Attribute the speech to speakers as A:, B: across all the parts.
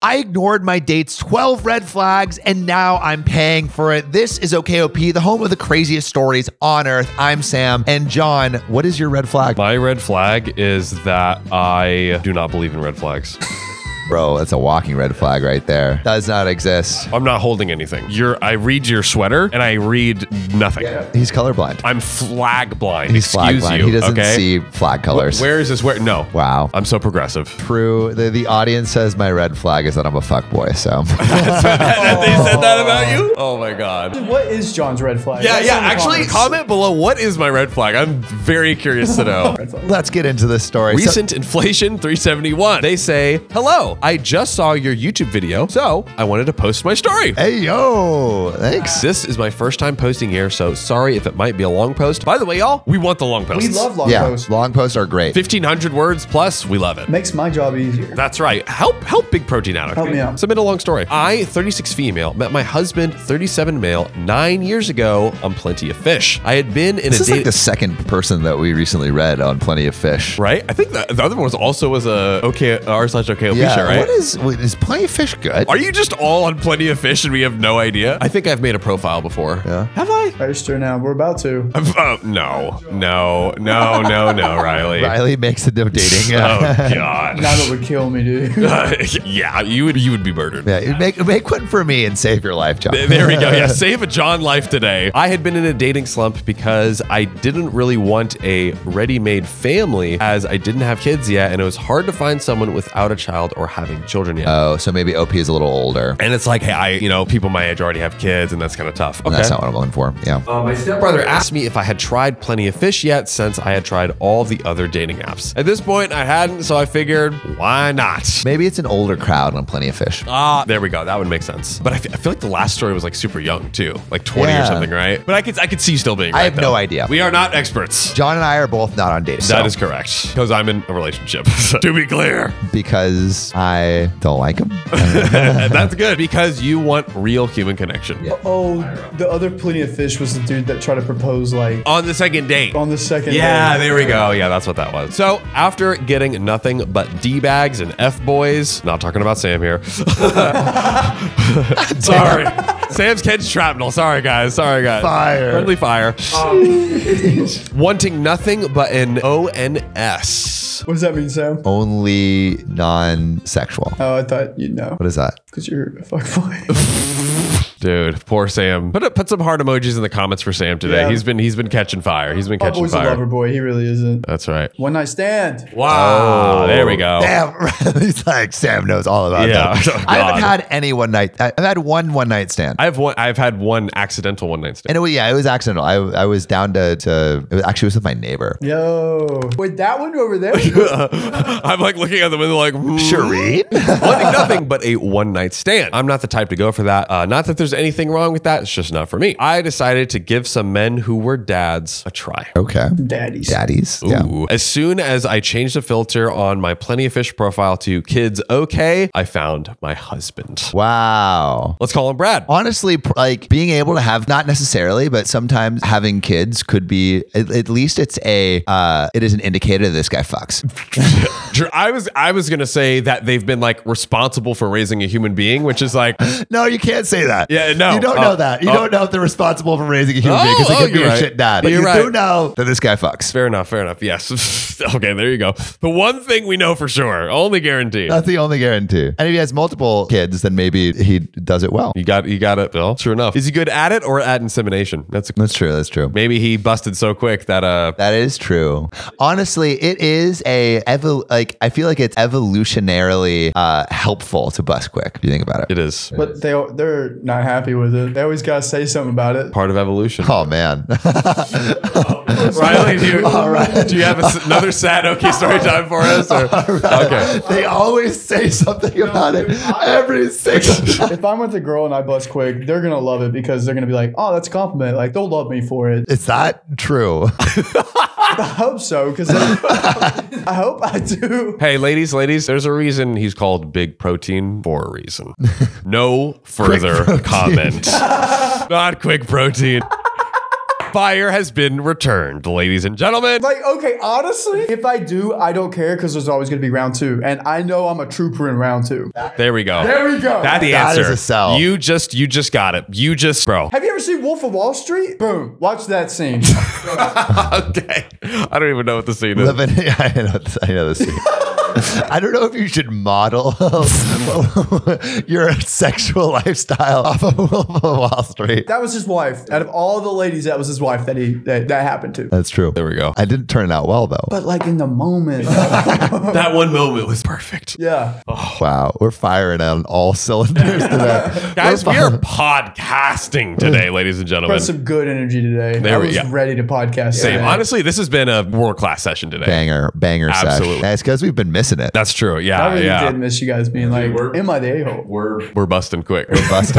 A: I ignored my date's 12 red flags and now I'm paying for it. This is OKOP, the home of the craziest stories on earth. I'm Sam and John. What is your red flag?
B: My red flag is that I do not believe in red flags.
A: Bro, that's a walking red flag right there. Does not exist.
B: I'm not holding anything. You're I read your sweater and I read nothing.
A: He's colorblind.
B: I'm flag blind.
A: He's
B: Excuse
A: flag blind.
B: you.
A: He doesn't
B: okay?
A: see flag colors.
B: Where Uh, is this where no.
A: Wow.
B: I'm so progressive.
A: True. The, the audience says my red flag is that I'm a fuckboy, so.
B: they said that about you? Oh my god.
C: What is John's red flag?
B: Yeah,
C: That's
B: yeah.
C: in the
B: Actually,
C: comments.
B: comment below what is my red flag? I'm very curious to know.
A: Let's get into this story. So-
B: Recent inflation 371. They say, Hello, I just saw your YouTube video, so I wanted to post my story.
A: hey, yo. Thanks.
B: This is my first time posting here, so sorry if it might be a long post. By the way, y'all, we want the long post.
C: We love long
A: yeah,
C: posts.
A: long posts are great.
B: 1500 words plus, we love it.
C: Makes my job easier.
B: That's right. Help help Big Protein Addict.
C: Help me out.
B: Submit a long story. I, 36 female, met my husband, 37 male, nine years ago on Plenty of Fish. I had been in
A: This
B: a
A: is like
B: date.
A: the second person that we recently read on Plenty of Fish.
B: Right, I think that the other one was also was a OK r slash OKOP show, right?
A: What is what- is plenty of fish good?
B: Are you just all on Plenty of Fish and we have no idea? I think I've made a profile before.
A: Yeah.
B: Have I?
C: Register now. We're about to.
B: I've- oh, no, no, no, no, no, Riley.
A: Riley makes the no dating.
B: Oh God.
C: Now that would kill me, dude.
B: Uh, yeah, you would you would be murdered.
A: yeah, you make make one for me and save your life, John.
B: There we go. Yeah, save a John life today. I had been in a dating slump because I didn't really want a ready-made family as I didn't have kids yet and it was hard to find someone without a child or having children yet.
A: Oh, so maybe OP is a little older.
B: and it's like, hey, I, you know, people my age already have kids, and that's kind of tough. Okay.
A: That's not what I'm looking for. Yeah.
B: Uh, my stepbrother asked me if I had tried Plenty of Fish yet since I had tried all the other dating apps. At this point, I hadn't, so I figured, why not?
A: Maybe it's an older crowd on Plenty of Fish.
B: Ah, there we go. That would make sense. But I fe- I feel like the last story was like super young too, like 20
A: Yeah.
B: or something, right? But I could I could see you still being.
A: I
B: right,
A: have no
B: though.
A: idea.
B: We are not experts.
A: John and I are both not on dates.
B: That
A: so-
B: is correct because I'm in a relationship. to be clear,
A: because I don't like him.
B: that's good because you want real human connection.
A: Yeah.
C: Oh, the other plenty of fish was the dude that tried to propose like
B: On the second date.
C: on the second.
B: Oh. Yeah,
C: day.
B: there we go. Yeah, that's what that was. So after getting nothing but D bags and F boys, not talking about Sam here. sorry. Sam's kid's shrapnel. Sorry, guys. Sorry, guys.
A: Fire.
B: Friendly fire. Wanting nothing but an ONS.
C: What does that mean, Sam?
A: Oh. Only non-sexual.
C: Oh, I thought you'd know
A: What is that?
C: because you're a fuckboy.
B: Dude, poor Sam. Put, put some heart emojis in the comments for Sam today.
C: Yeah.
B: He's been he's been catching fire. He's been catching
C: Fuckboy's a lover
B: fire.
C: boy. He really isn't.
A: Uh.
B: That's right.
C: One night stand.
B: Wow. there we go.
A: Damn, he's like Sam knows all about
B: Yeah.
A: that.
B: Oh,
A: I haven't
B: God.
A: had any one night. I- I've had one one night stand.
B: I've one I've had one accidental one night stand.
A: And it, was- yeah, it was accidental. I, I was down to, to it was, actually it was with my neighbor.
C: Yo, wait, that one over there.
B: I'm like looking at the window like hmm.
A: Shireen?
B: wanting nothing but a one night stand. I'm not the type to go for that. Uh, not that there's anything wrong with that. It's just not for me. I decided to give some men who were dads a try.
A: okay.
C: Daddy's.
A: Daddies. Yeah.
B: Ooh. As soon as I changed the filter on my Plenty of Fish profile to kids okay, I found my husband.
A: Wow.
B: Let's call him Brad.
A: Honestly, pr- like being able to have not necessarily, but sometimes having kids could be at, at least it's a uh, it is an indicator that this guy fucks.
B: Dr- I was I was gonna say that they've been like responsible for raising a human being, which is like
A: No, you can't say that.
B: Yeah, no.
A: you don't
B: Uh,
A: know that. You
B: uh,
A: don't know if they're responsible for raising a human
B: Oh,
A: being because
B: oh,
A: they could be
B: you're
A: a
B: right.
A: shit dad.
B: But
A: But you
B: you're
A: do
B: right.
A: know that this guy fucks.
B: fair enough, fair enough. Yes. okay, there you go. The one thing we know for sure, only guarantee.
A: That's the only guarantee. And if he has multiple kids, then maybe he does it well.
B: You got you got it, Bill. Sure enough. Is he good at it or at insemination? That's a,
A: That's true. That's true.
B: maybe he busted so quick that uh
A: That is true. Honestly, it is a evol- like I feel like it's evolutionarily uh, helpful to bust quick. If you think about it.
B: it is
C: But they they're not happy with it. They always gotta say something about it.
B: part of evolution.
A: Oh man,
B: Riley, do you, do you have a s another sad okay story time for us? Or? Okay.
A: they always say something about it every single.
C: if I'm with a girl and I bust quick, they're gonna love it because they're gonna be like, "Oh, that's a compliment." Like they'll love me for it.
A: Is that true?
C: I hope so, because I hope I do.
B: Hey, ladies, ladies, there's a reason he's called Big Protein for a reason. No further comment. Not quick protein. Fire has been returned, ladies and gentlemen.
C: Like, okay, honestly, if I do, I don't care because there's always going to be round two. And I know I'm a trooper in round two.
B: There we go.
C: There we go.
B: That's the
A: That is
B: answer.
A: a sell.
B: You just you just got it. You just bro.
C: Have you ever seen Wolf of Wall Street? Boom. Watch that scene.
B: okay. I don't even know what the scene is.
A: Living, I know, I know this. Scene. I don't know if you should model your sexual lifestyle off of Wolf of Wall Street.
C: that was his wife. Out of all the ladies, that was his wife that he that, that happened to.
A: That's true.
B: There we go.
A: I didn't turn it out well though.
C: But like in the moment,
B: That one moment was perfect.
C: yeah.
A: Wow, we're firing on all cylinders today.
B: Guys,
A: We're
B: we are
A: fi-
B: podcasting today, ladies and gentlemen.
C: That's some good energy today.
B: There
C: I
B: we-
C: was
B: yeah.
C: ready to podcast.
B: Same.
C: today.
B: Honestly, this has been a world class session today.
A: banger, banger
B: Absolutely.
A: sesh. That's because we've been missing it.
B: That's true. Yeah,
C: I really
B: Uh, yeah.
C: did miss you guys being like,
B: we're-
C: "Am I the a-hole?"
B: We're we're busting quick.
A: Busted.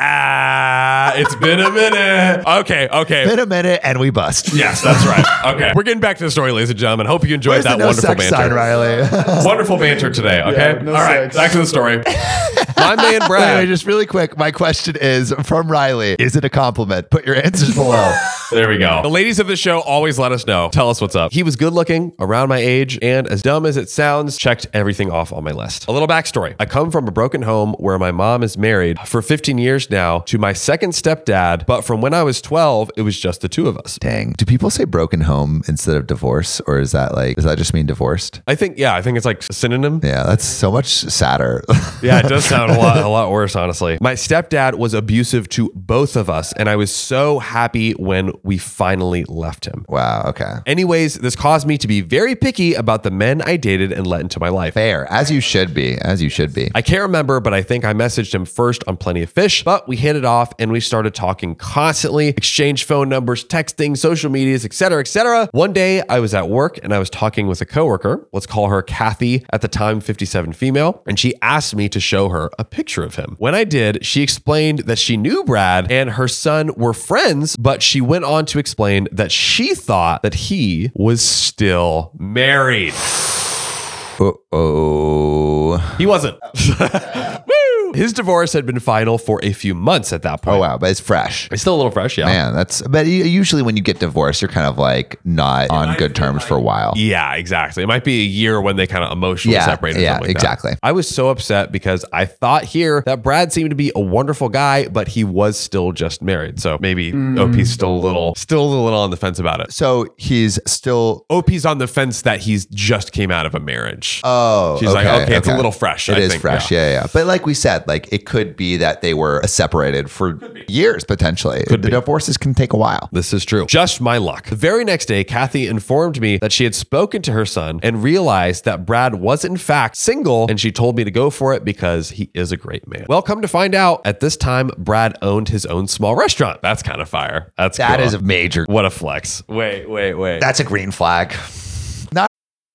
B: ah, it's been a minute. Okay, okay.
A: Been a minute and we bust.
B: Yes, that's right. Okay, we're getting back to the story, ladies and gentlemen. Hope you
A: Where's
B: enjoyed that
A: the no
B: wonderful
A: sex
B: banter.
A: sign, Riley?
B: Wonderful banter today. Okay,
C: Yeah, no
B: all right.
C: sex.
B: Back to the story. My man
A: Wait, wait,
B: Brad.
A: just really quick. My question is from Riley. Is it a compliment? Put your answers below.
B: There we go. The ladies of the show always let us know. Tell us what's up. He was good looking, around my age, and as dumb as it sounds, checked everything off on my list. A little backstory I come from a broken home where my mom is married for 15 years now to my second stepdad, but from when I was 12, it was just the two of us.
A: Dang. Do people say broken home instead of divorce, or is that like does that just mean divorced?
B: I think, yeah, I think it's like a synonym.
A: Yeah, that's so much sadder.
B: Yeah, it does sound a lot a lot worse, honestly. My stepdad was abusive to both of us, and I was so happy when we finally left him.
A: wow. Okay.
B: Anyways, this caused me to be very picky about the men I dated and let into my life.
A: Fair, as you should be, as you should be.
B: I can't remember, but I think I messaged him first on Plenty of Fish, but we hit it off and we started talking constantly, exchanged phone numbers, texting, social medias, etc., etc. One day I was at work and I was talking with a coworker, let's call her Kathy, at the time 57 female, and she asked me to show her a picture of him. When I did, she explained that she knew Brad and her son were friends, but she went on to explain that she thought that he was still married.
A: Oh,
B: He wasn't. Woo! His divorce had been final for a few months at that point.
A: oh wow, but it's fresh.
B: It's still a little fresh, yeah.
A: Man, that's but u- usually when you get divorced, you're kind of like not on good terms for a while.
B: Yeah, exactly. It might be a year when they kind of emotionally
A: Yeah,
B: separate. or
A: yeah,
B: something like that.
A: exactly.
B: I was so upset because I thought here that Brad seemed to be a wonderful guy, but he was still just married. So maybe
A: Mm.
B: OP's still a little, still a little on the fence about it.
A: So he's still.
B: OP's on the fence that he's just came out of a marriage.
A: Oh,
B: She's like, okay, it's a little fresh.
A: It
B: I
A: is
B: think,
A: fresh, yeah. yeah, But like we said, like it could be that they were separated for years potentially. the divorces can take a while.
B: This is true. Just my luck. The very next day, Kathy informed me that she had spoken to her son and realized that Brad was in fact single, and she told me to go for it because he is a great man. Well, come to find out, at this time, Brad owned his own small restaurant. That's kind of fire. That's
A: That
B: cool.
A: is a major.
B: what a flex. Wait, wait, wait.
A: That's a green flag.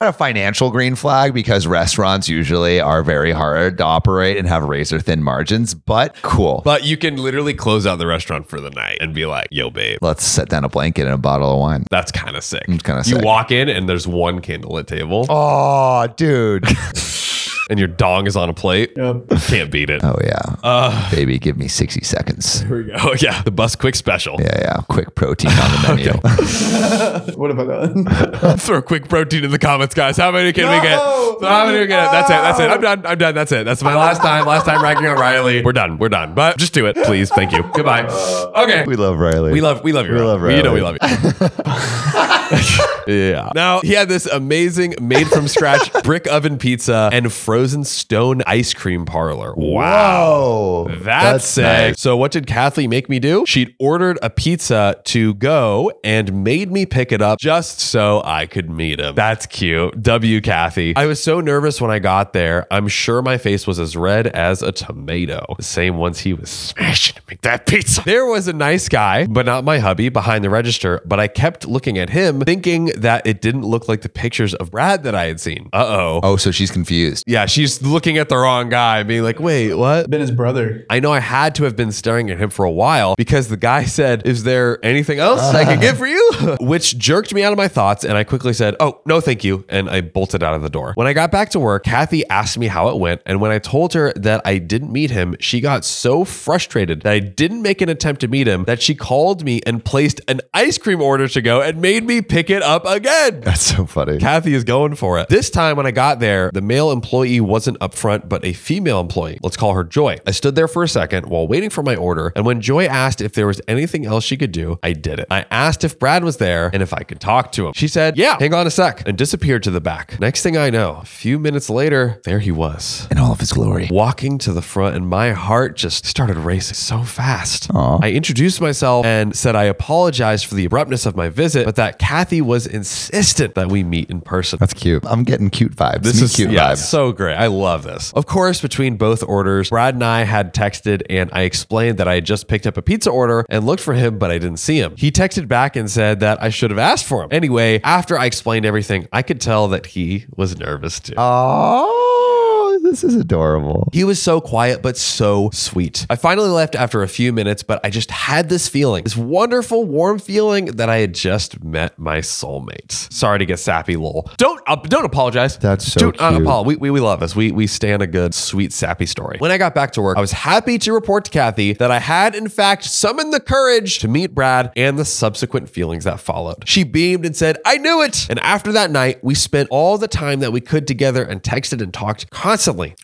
A: Not a financial green flag because restaurants usually are very hard to operate and have razor thin margins, but cool.
B: But you can literally close out the restaurant for the night and be like, yo, babe.
A: Let's set down a blanket and a bottle of wine.
B: That's kind of sick.
A: It's kinda Oh.
B: You
A: sick.
B: walk in and there's one candlelit table.
A: Oh, dude.
B: and your dong is on a plate.
C: Yep.
B: Can't beat it.
A: Oh yeah. Baby, give me 60 seconds.
B: Here we go. Oh, yeah. The bus quick special.
A: Yeah, yeah. Quick protein on the menu.
C: What have I done?
B: Throw a quick protein in the comments, guys. How many can we get?
C: No!
B: So how many we get? That's it. That's it. I'm done. I'm done. That's it. That's my last time. Last time ranking on Riley. We're done. We're done. But just do it, please. Thank you. Goodbye. Okay.
A: we love Riley.
B: We love we love you.
A: We
B: Riley.
A: love
B: You know we
A: Riley.
B: love you. yeah. Now he had this amazing made from scratch brick oven pizza and frozen stone ice cream parlor.
A: Wow.
B: That's, sick. So what did Kathleen make me do? She'd ordered a pizza to go and made me pick it up just so I could meet him. That's cute. W Kathy. I was so nervous when I got there. I'm sure my face was as red as a tomato. The same ones he was smashing to make that pizza. There was a nice guy, but not my hubby, behind the register, but I kept looking at him thinking that it didn't look like the pictures of Brad that I had seen. Uh-oh.
A: Oh, so she's confused.
B: Yeah, she's looking at the wrong guy, being like, wait, what?
C: Been his brother.
B: I know I had to have been staring at him for a while because the guy said, Is there anything else I can get for you? Which jerked me out of my thoughts, and I quickly said, Oh, no, thank you. And I bolted out of the door. When I got back to work, Kathy asked me how it went. And when I told her that I didn't meet him, she got so frustrated that I didn't make an attempt to meet him that she called me and placed an ice cream order to go and made me pick it up again.
A: That's so funny.
B: Kathy is going for it. This time when I got there, the male employee wasn't up front, but a female employee. Let's call her Joy. I stood there for a second while waiting for my order, and when Joy asked if there was anything else she could do, I did it. I asked if Brad was there and if I could talk to him. She said, Yeah, hang on a sec, and disappeared to the back. Next thing I know, a few minutes later, there he was.
A: In all of his glory.
B: Walking to the front, and my heart just started racing so fast. I introduced myself and said I apologized for the abruptness of my visit, but that Kathy was insistent that we meet in person.
A: That's cute. I'm getting cute vibes.
B: This
A: Me
B: is
A: cute
B: yeah,
A: vibes.
B: so great. I love this. Of course, between both orders, Brad and I had texted and I explained that I had just picked up a pizza order and looked for him, but I didn't see him. He texted back and said that I should have asked for him. Anyway, after I explained everything, I could tell that he was nervous too.
A: Oh, this is adorable.
B: He was so quiet, but so sweet. I finally left after a few minutes, but I just had this feeling, this wonderful, warm feeling that I had just met my soulmate. Sorry to get sappy, lol. Don't uh, don't apologize.
A: That's so
B: Dude,
A: cute.
B: Paul, we, we, we love us. We, we stand a good, sweet, sappy story. When I got back to work, I was happy to report to Kathy that I had, in fact, summoned the courage to meet Brad and the subsequent feelings that followed. She beamed and said, I knew it. And after that night, we spent all the time that we could together and texted and talked constantly.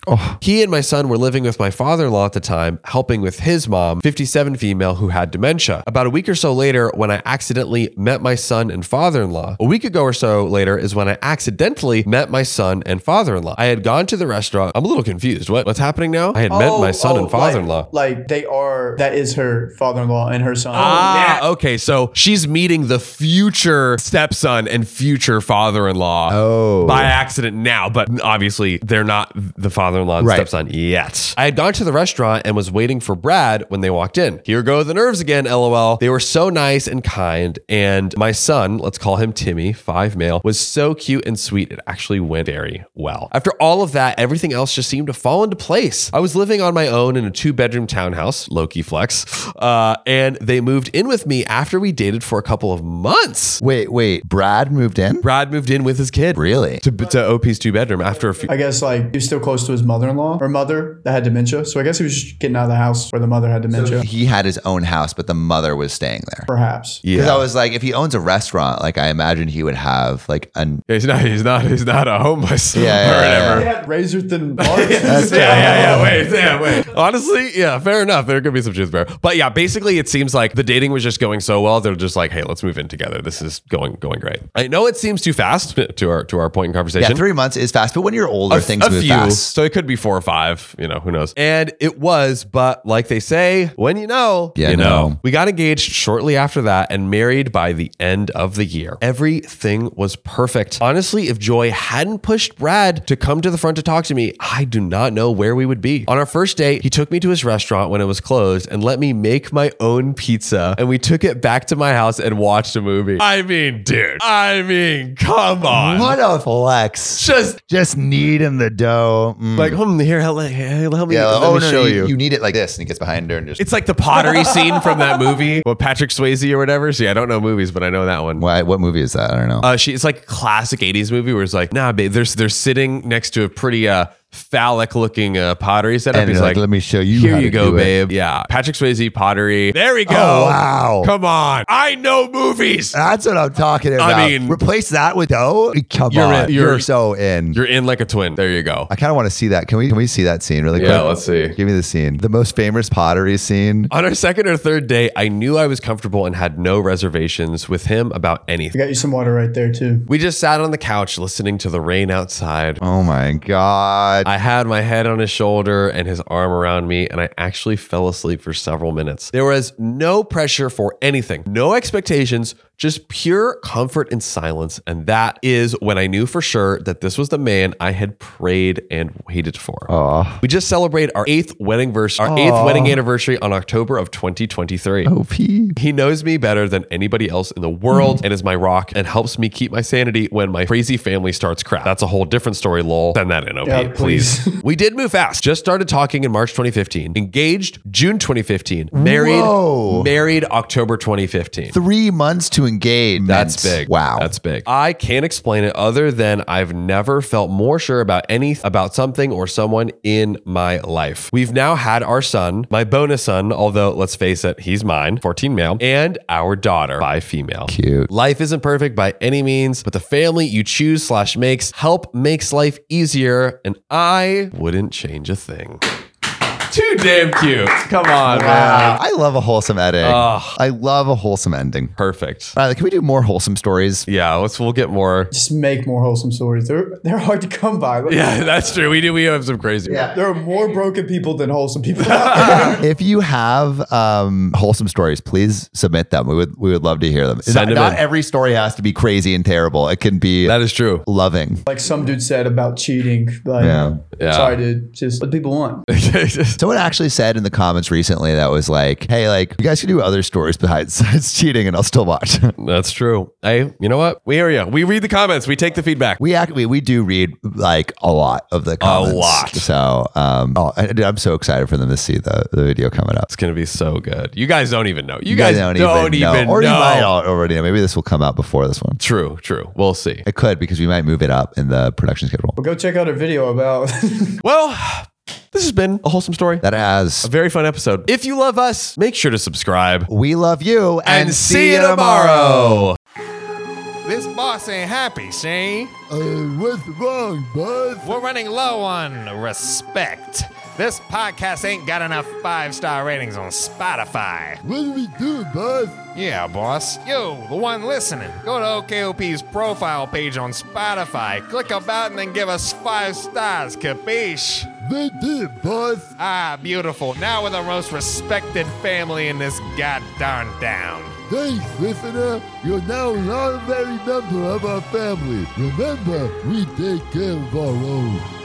B: He and my son were living with my father in law at the time, helping with his mom, 57 female, who had dementia. About a week or so later, when I accidentally met my son and father in law, a week ago or so later is when I accidentally met my son and father in law. I had gone to the restaurant. I'm a little confused. What, what's happening now? I had met
C: Oh,
B: my son
C: oh,
B: and father in law.
C: Like, like they are. That is her father-in-law and her son.
B: Ah, okay. So she's meeting the future stepson and future father in law
A: Oh.
B: by accident now, but obviously they're not the father in law and
A: Right.
B: stepson yet. I had gone to the restaurant and was waiting for Brad when they walked in. Here go the nerves again, lol. They were so nice and kind. And my son, let's call him Timmy, five male, was so cute and sweet. It actually went very well. After all of that, everything else just seemed to fall into place. I was living on my own in a two bedroom townhouse, Loki Flex, uh, and they moved in with me after we dated for a couple of months.
A: Wait, wait. Brad moved in?
B: Brad moved in with his kid
A: Really?
B: to, to OP's two bedroom after a few.
C: I guess like he was still close to his mother-in-law or mother that had dementia. So I guess he was just getting out of the house where the mother had dementia.
A: He had his own house, but the mother was staying there.
C: Perhaps.
A: Because I was like, if he owns a restaurant, like I imagine he would have like an
B: He's not. He's not. He's not a homeless
A: Yeah, yeah,
B: or whatever.
C: They
B: Yeah.
C: had razor thin bars.
B: Yeah, yeah, wait, yeah, wait. Honestly, yeah, fair enough. There could be some truth there. But yeah, basically it seems like the dating was just going so well, they're just like, hey, let's move in together. This is going going great. I know it seems too fast to our to our point in conversation.
A: yeah. Three months is fast, but when you're older, things move fast.
B: So it could be four or five, you know, who knows. And it was, but like they say, when you know,
A: Yeah,
B: you
A: no.
B: We got engaged shortly after that and married by the end of the year. Everything was perfect. Honestly, if Joy hadn't pushed Brad to come to the front to talk to me, I do not know where we would be. On our first date, he took me to his restaurant when it was closed and let me make my own pizza. And we took it back to my house and watched a movie. I mean, dude. I mean, come on.
A: What a flex!
B: Just
A: Just kneading the dough. Mm.
B: like, hmm, here, help, hey, help me,
A: yeah.
B: let
A: oh
B: me
A: no,
B: show
A: you,
B: you.
A: you need it like this, and he gets behind her and just.
B: It's like the pottery scene from that movie, well, Patrick Swayze or whatever. See, I don't know movies, but I know that one.
A: Why, what movie is that? I don't know.
B: Uh, she, it's like a classic '80s movie where it's like, nah, babe, they're they're sitting next to a pretty uh, phallic looking uh, pottery setup.
A: And
B: He's like,
A: let me show you.
B: here
A: how
B: you
A: to
B: go,
A: do it."
B: babe. Yeah. Patrick Swayze pottery. There we go.
A: Oh, wow.
B: Come on. I know movies.
A: That's what I'm talking about.
B: mean-
A: replace that with oh, come
B: You're
A: on,
B: in-
A: you're,
B: you're-
A: so in.
B: You're in like a twin. There you go.
A: I kind of want to see that. Can we? Can we see that scene really quick?
B: Yeah, let's see.
A: Give me the scene. The most famous pottery scene.
B: On our second or third day, I knew I was comfortable and had no reservations with him about
C: I
B: anything.
C: got you some water right there too.
B: We just sat on the couch listening to the rain outside.
A: Oh my god.
B: I had my head on his shoulder and his arm around me, and I actually fell asleep for several minutes. There was no pressure for anything, no expectations, just pure comfort and silence. And that is when I knew for sure that this was the man I had prayed and waited for.
A: Aw.
B: We just celebrated our eighth wedding vers- our eighth wedding anniversary on October of 2023.
A: OP.
B: He knows me better than anybody else in the world and is my rock and helps me keep my sanity when my crazy family starts crap. That's a whole different story, lol. Send that in, OP,
C: Yeah,
B: please. we did move fast. Just started talking in March 2015. Engaged June 2015. Married
A: Whoa.
B: married October 2015.
A: Three months to engage.
B: That's big.
A: Wow.
B: That's big. I can't explain it other than I've never felt more sure about any about something or someone in my life. We've now had our son, my bonus son, although let's face it, he's mine, 14 male, and our daughter, 5 female.
A: cute.
B: Life isn't perfect by any means, but the family you choose slash makes help makes life easier, and I wouldn't change a thing. Too damn cute. Come on, man.
A: I love a wholesome ending. I love a wholesome ending.
B: Perfect.
A: Riley, can we do more wholesome stories?
B: Yeah, let's we'll get more.
C: Just make more wholesome stories. They're they're hard to come by.
B: Yeah, that's true. We do. We have some crazy. Yeah.
C: There are more broken people than wholesome people. out
A: if you have um, wholesome stories, please submit them. We would we would love to hear them.
B: Send
A: not,
B: them
A: not
B: in.
A: every story has to be crazy and terrible. It can be
B: That is true.
A: loving.
C: like some dude said about cheating. Like,
A: Yeah.
B: Yeah.
C: sorry, dude. Just what people want.
A: Someone actually said in the comments recently that was like, "Hey, like you guys can do other stories besides cheating, and I'll still watch."
B: That's true. Hey, you know what? We hear you. We read the comments. We take the feedback.
A: we actually we do read like a lot of the comments.
B: lot.
A: So, um, oh, I, dude, I'm so excited for them to see the, the video coming up.
B: it's gonna be so good. You guys don't even know. You, guys, don't, even, know.
A: or you might al- already know. Maybe this will come out before this one.
B: True. True. We'll see.
A: It could because we might move it up in the production schedule.
C: Well, go check out our video about.
B: Well, this has been a wholesome story.
A: That
B: A
A: has.
B: very fun episode. If you love us, make sure to subscribe
A: We love you and,
D: This boss ain't happy, see?
A: what's wrong, bud?
D: We're running low on respect. This podcast ain't got enough five star ratings on Spotify.
A: What do we do, bud?
D: Yeah, boss. Yo, the one listening, go to OKOP's profile page on Spotify, click about, and then give us five stars, capiche?
A: They did, bud.
D: Ah, beautiful. Now we're the most respected family in this goddamn town.
A: Thanks, listener. You're now an honorary member of our family. Remember, we take care of our own.